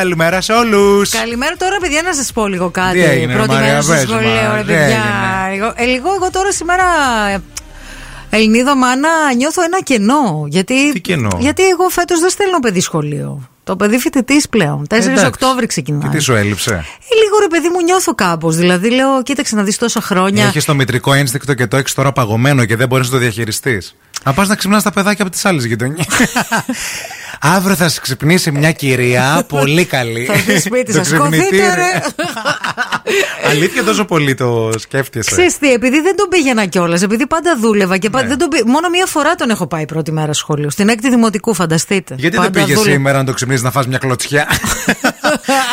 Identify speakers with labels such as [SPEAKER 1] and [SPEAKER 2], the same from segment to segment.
[SPEAKER 1] Καλημέρα σε όλους.
[SPEAKER 2] Καλημέρα. Τώρα, παιδιά, να σας πω λίγο κάτι.
[SPEAKER 1] Τι έγινε,
[SPEAKER 2] Πρώτη
[SPEAKER 1] ρε Μαρία,
[SPEAKER 2] μέρα στο
[SPEAKER 1] πες
[SPEAKER 2] σχολείο,
[SPEAKER 1] μας,
[SPEAKER 2] ρε
[SPEAKER 1] τι
[SPEAKER 2] παιδιά.
[SPEAKER 1] έγινε.
[SPEAKER 2] Εγώ, ε, λίγο, εγώ τώρα σήμερα. ε, Ελληνίδα μάνα, νιώθω ένα κενό. Γιατί,
[SPEAKER 1] Τι κενό?
[SPEAKER 2] γιατί εγώ φέτος δεν στέλνω παιδί σχολείο. Το παιδί φοιτητής πλέον. 4
[SPEAKER 1] Εντάξει.
[SPEAKER 2] Οκτώβρη ξεκινάει.
[SPEAKER 1] Και τι σου έλειψε.
[SPEAKER 2] Ε, λίγο ρε παιδί μου νιώθω κάπως. Δηλαδή λέω, κοίταξε να δεις τόσα χρόνια.
[SPEAKER 1] Έχεις το μητρικό ένστικτο και το έχεις τώρα παγωμένο και δεν μπορείς να το διαχειριστείς. Να πας να ξυπνάς τα παιδάκια από τις άλλες γειτονιές. Αύριο θα σε ξυπνήσει μια κυρία πολύ καλή.
[SPEAKER 2] Θα δει σπίτι
[SPEAKER 1] Το
[SPEAKER 2] σα. Σκοθείτε,
[SPEAKER 1] ξυπνητήρι.
[SPEAKER 2] ρε.
[SPEAKER 1] Αλήθεια τόσο πολύ το σκέφτεσαι.
[SPEAKER 2] Ξέρεις τι, επειδή δεν τον πήγαινα κιόλας, επειδή πάντα δούλευα και
[SPEAKER 1] Ναι.
[SPEAKER 2] πάντα δεν τον πή- Μόνο μία φορά τον έχω πάει πρώτη μέρα σχολείο. Στην έκτη δημοτικού, φανταστείτε.
[SPEAKER 1] Γιατί δεν
[SPEAKER 2] Πάντα
[SPEAKER 1] πήγες
[SPEAKER 2] δούλευα.
[SPEAKER 1] σήμερα να το ξυπνήσεις να φας μια κλωτσιά.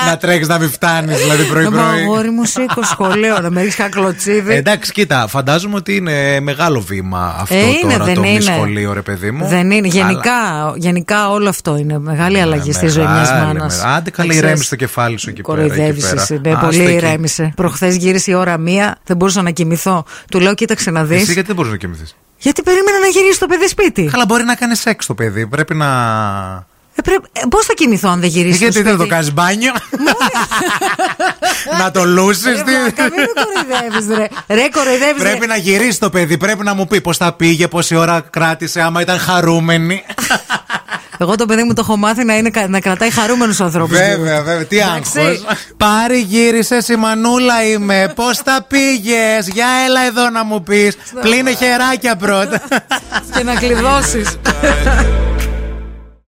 [SPEAKER 1] να τρέχεις να μην φτάνεις δηλαδή
[SPEAKER 2] Να μου
[SPEAKER 1] πρωί-πρωί.
[SPEAKER 2] αγόρι μου σήκω σχολείο, να με ρίξει
[SPEAKER 1] Ε,
[SPEAKER 2] κακλοτσίδι.
[SPEAKER 1] Εντάξει, κοίτα, φαντάζομαι ότι είναι μεγάλο βήμα αυτό
[SPEAKER 2] Ε, είναι,
[SPEAKER 1] τώρα
[SPEAKER 2] δεν
[SPEAKER 1] το μη
[SPEAKER 2] είναι.
[SPEAKER 1] σχολείο, ρε παιδί μου.
[SPEAKER 2] Δεν είναι.
[SPEAKER 1] Αλλά-
[SPEAKER 2] Γενικά, γενικά όλο αυτό είναι μεγάλη αλλαγή στη ζωή μια
[SPEAKER 1] μεγάλη,
[SPEAKER 2] μάνας.
[SPEAKER 1] μεγάλη. Άντε, καλή ηρέμησε το κεφάλι σου εκεί πέρα,
[SPEAKER 2] Κοροϊδεύει
[SPEAKER 1] εκεί πέρα.
[SPEAKER 2] εσύ. Ναι,
[SPEAKER 1] Άστο
[SPEAKER 2] πολύ
[SPEAKER 1] εκεί.
[SPEAKER 2] ηρέμησε. Προχθές γύρισε η ώρα μία, δεν μπορούσα να κοιμηθώ. Του λέω, κοίταξε να
[SPEAKER 1] Εσύ
[SPEAKER 2] δει.
[SPEAKER 1] γιατί δεν μπορούσες να κοιμηθείς.
[SPEAKER 2] Γιατί περίμενα να γυρίσει το παιδί σπίτι.
[SPEAKER 1] Καλά, μπορεί να κάνεις σεξ το παιδί. Πρέπει να.
[SPEAKER 2] Ε, πρέπει... ε, Πώς θα κοιμηθώ αν δεν γυρίσει
[SPEAKER 1] Γιατί
[SPEAKER 2] το
[SPEAKER 1] δεν
[SPEAKER 2] σπίτι.
[SPEAKER 1] το κάνεις μπάνιο. να το λούσεις.
[SPEAKER 2] Ρε βλάκα, μην με κοροϊδεύεις, ρε. Ρε, κοροϊδεύεις, ρε.
[SPEAKER 1] Πρέπει να γυρίσει το παιδί. Πρέπει να μου πει πώς τα πήγε, πόση ώρα κράτησε, άμα ήταν χαρούμενη.
[SPEAKER 2] Εγώ το παιδί μου το έχω μάθει να, είναι, κα- να κρατάει χαρούμενους ανθρώπους.
[SPEAKER 1] Βέβαια, βέβαια. Τι
[SPEAKER 2] Εντάξει.
[SPEAKER 1] άγχος. Πάρη γύρισε, η μανούλα είμαι. Πώς τα πήγες, για έλα εδώ να μου πεις. Πλύνε χεράκια πρώτα.
[SPEAKER 2] Και να κλειδώσεις.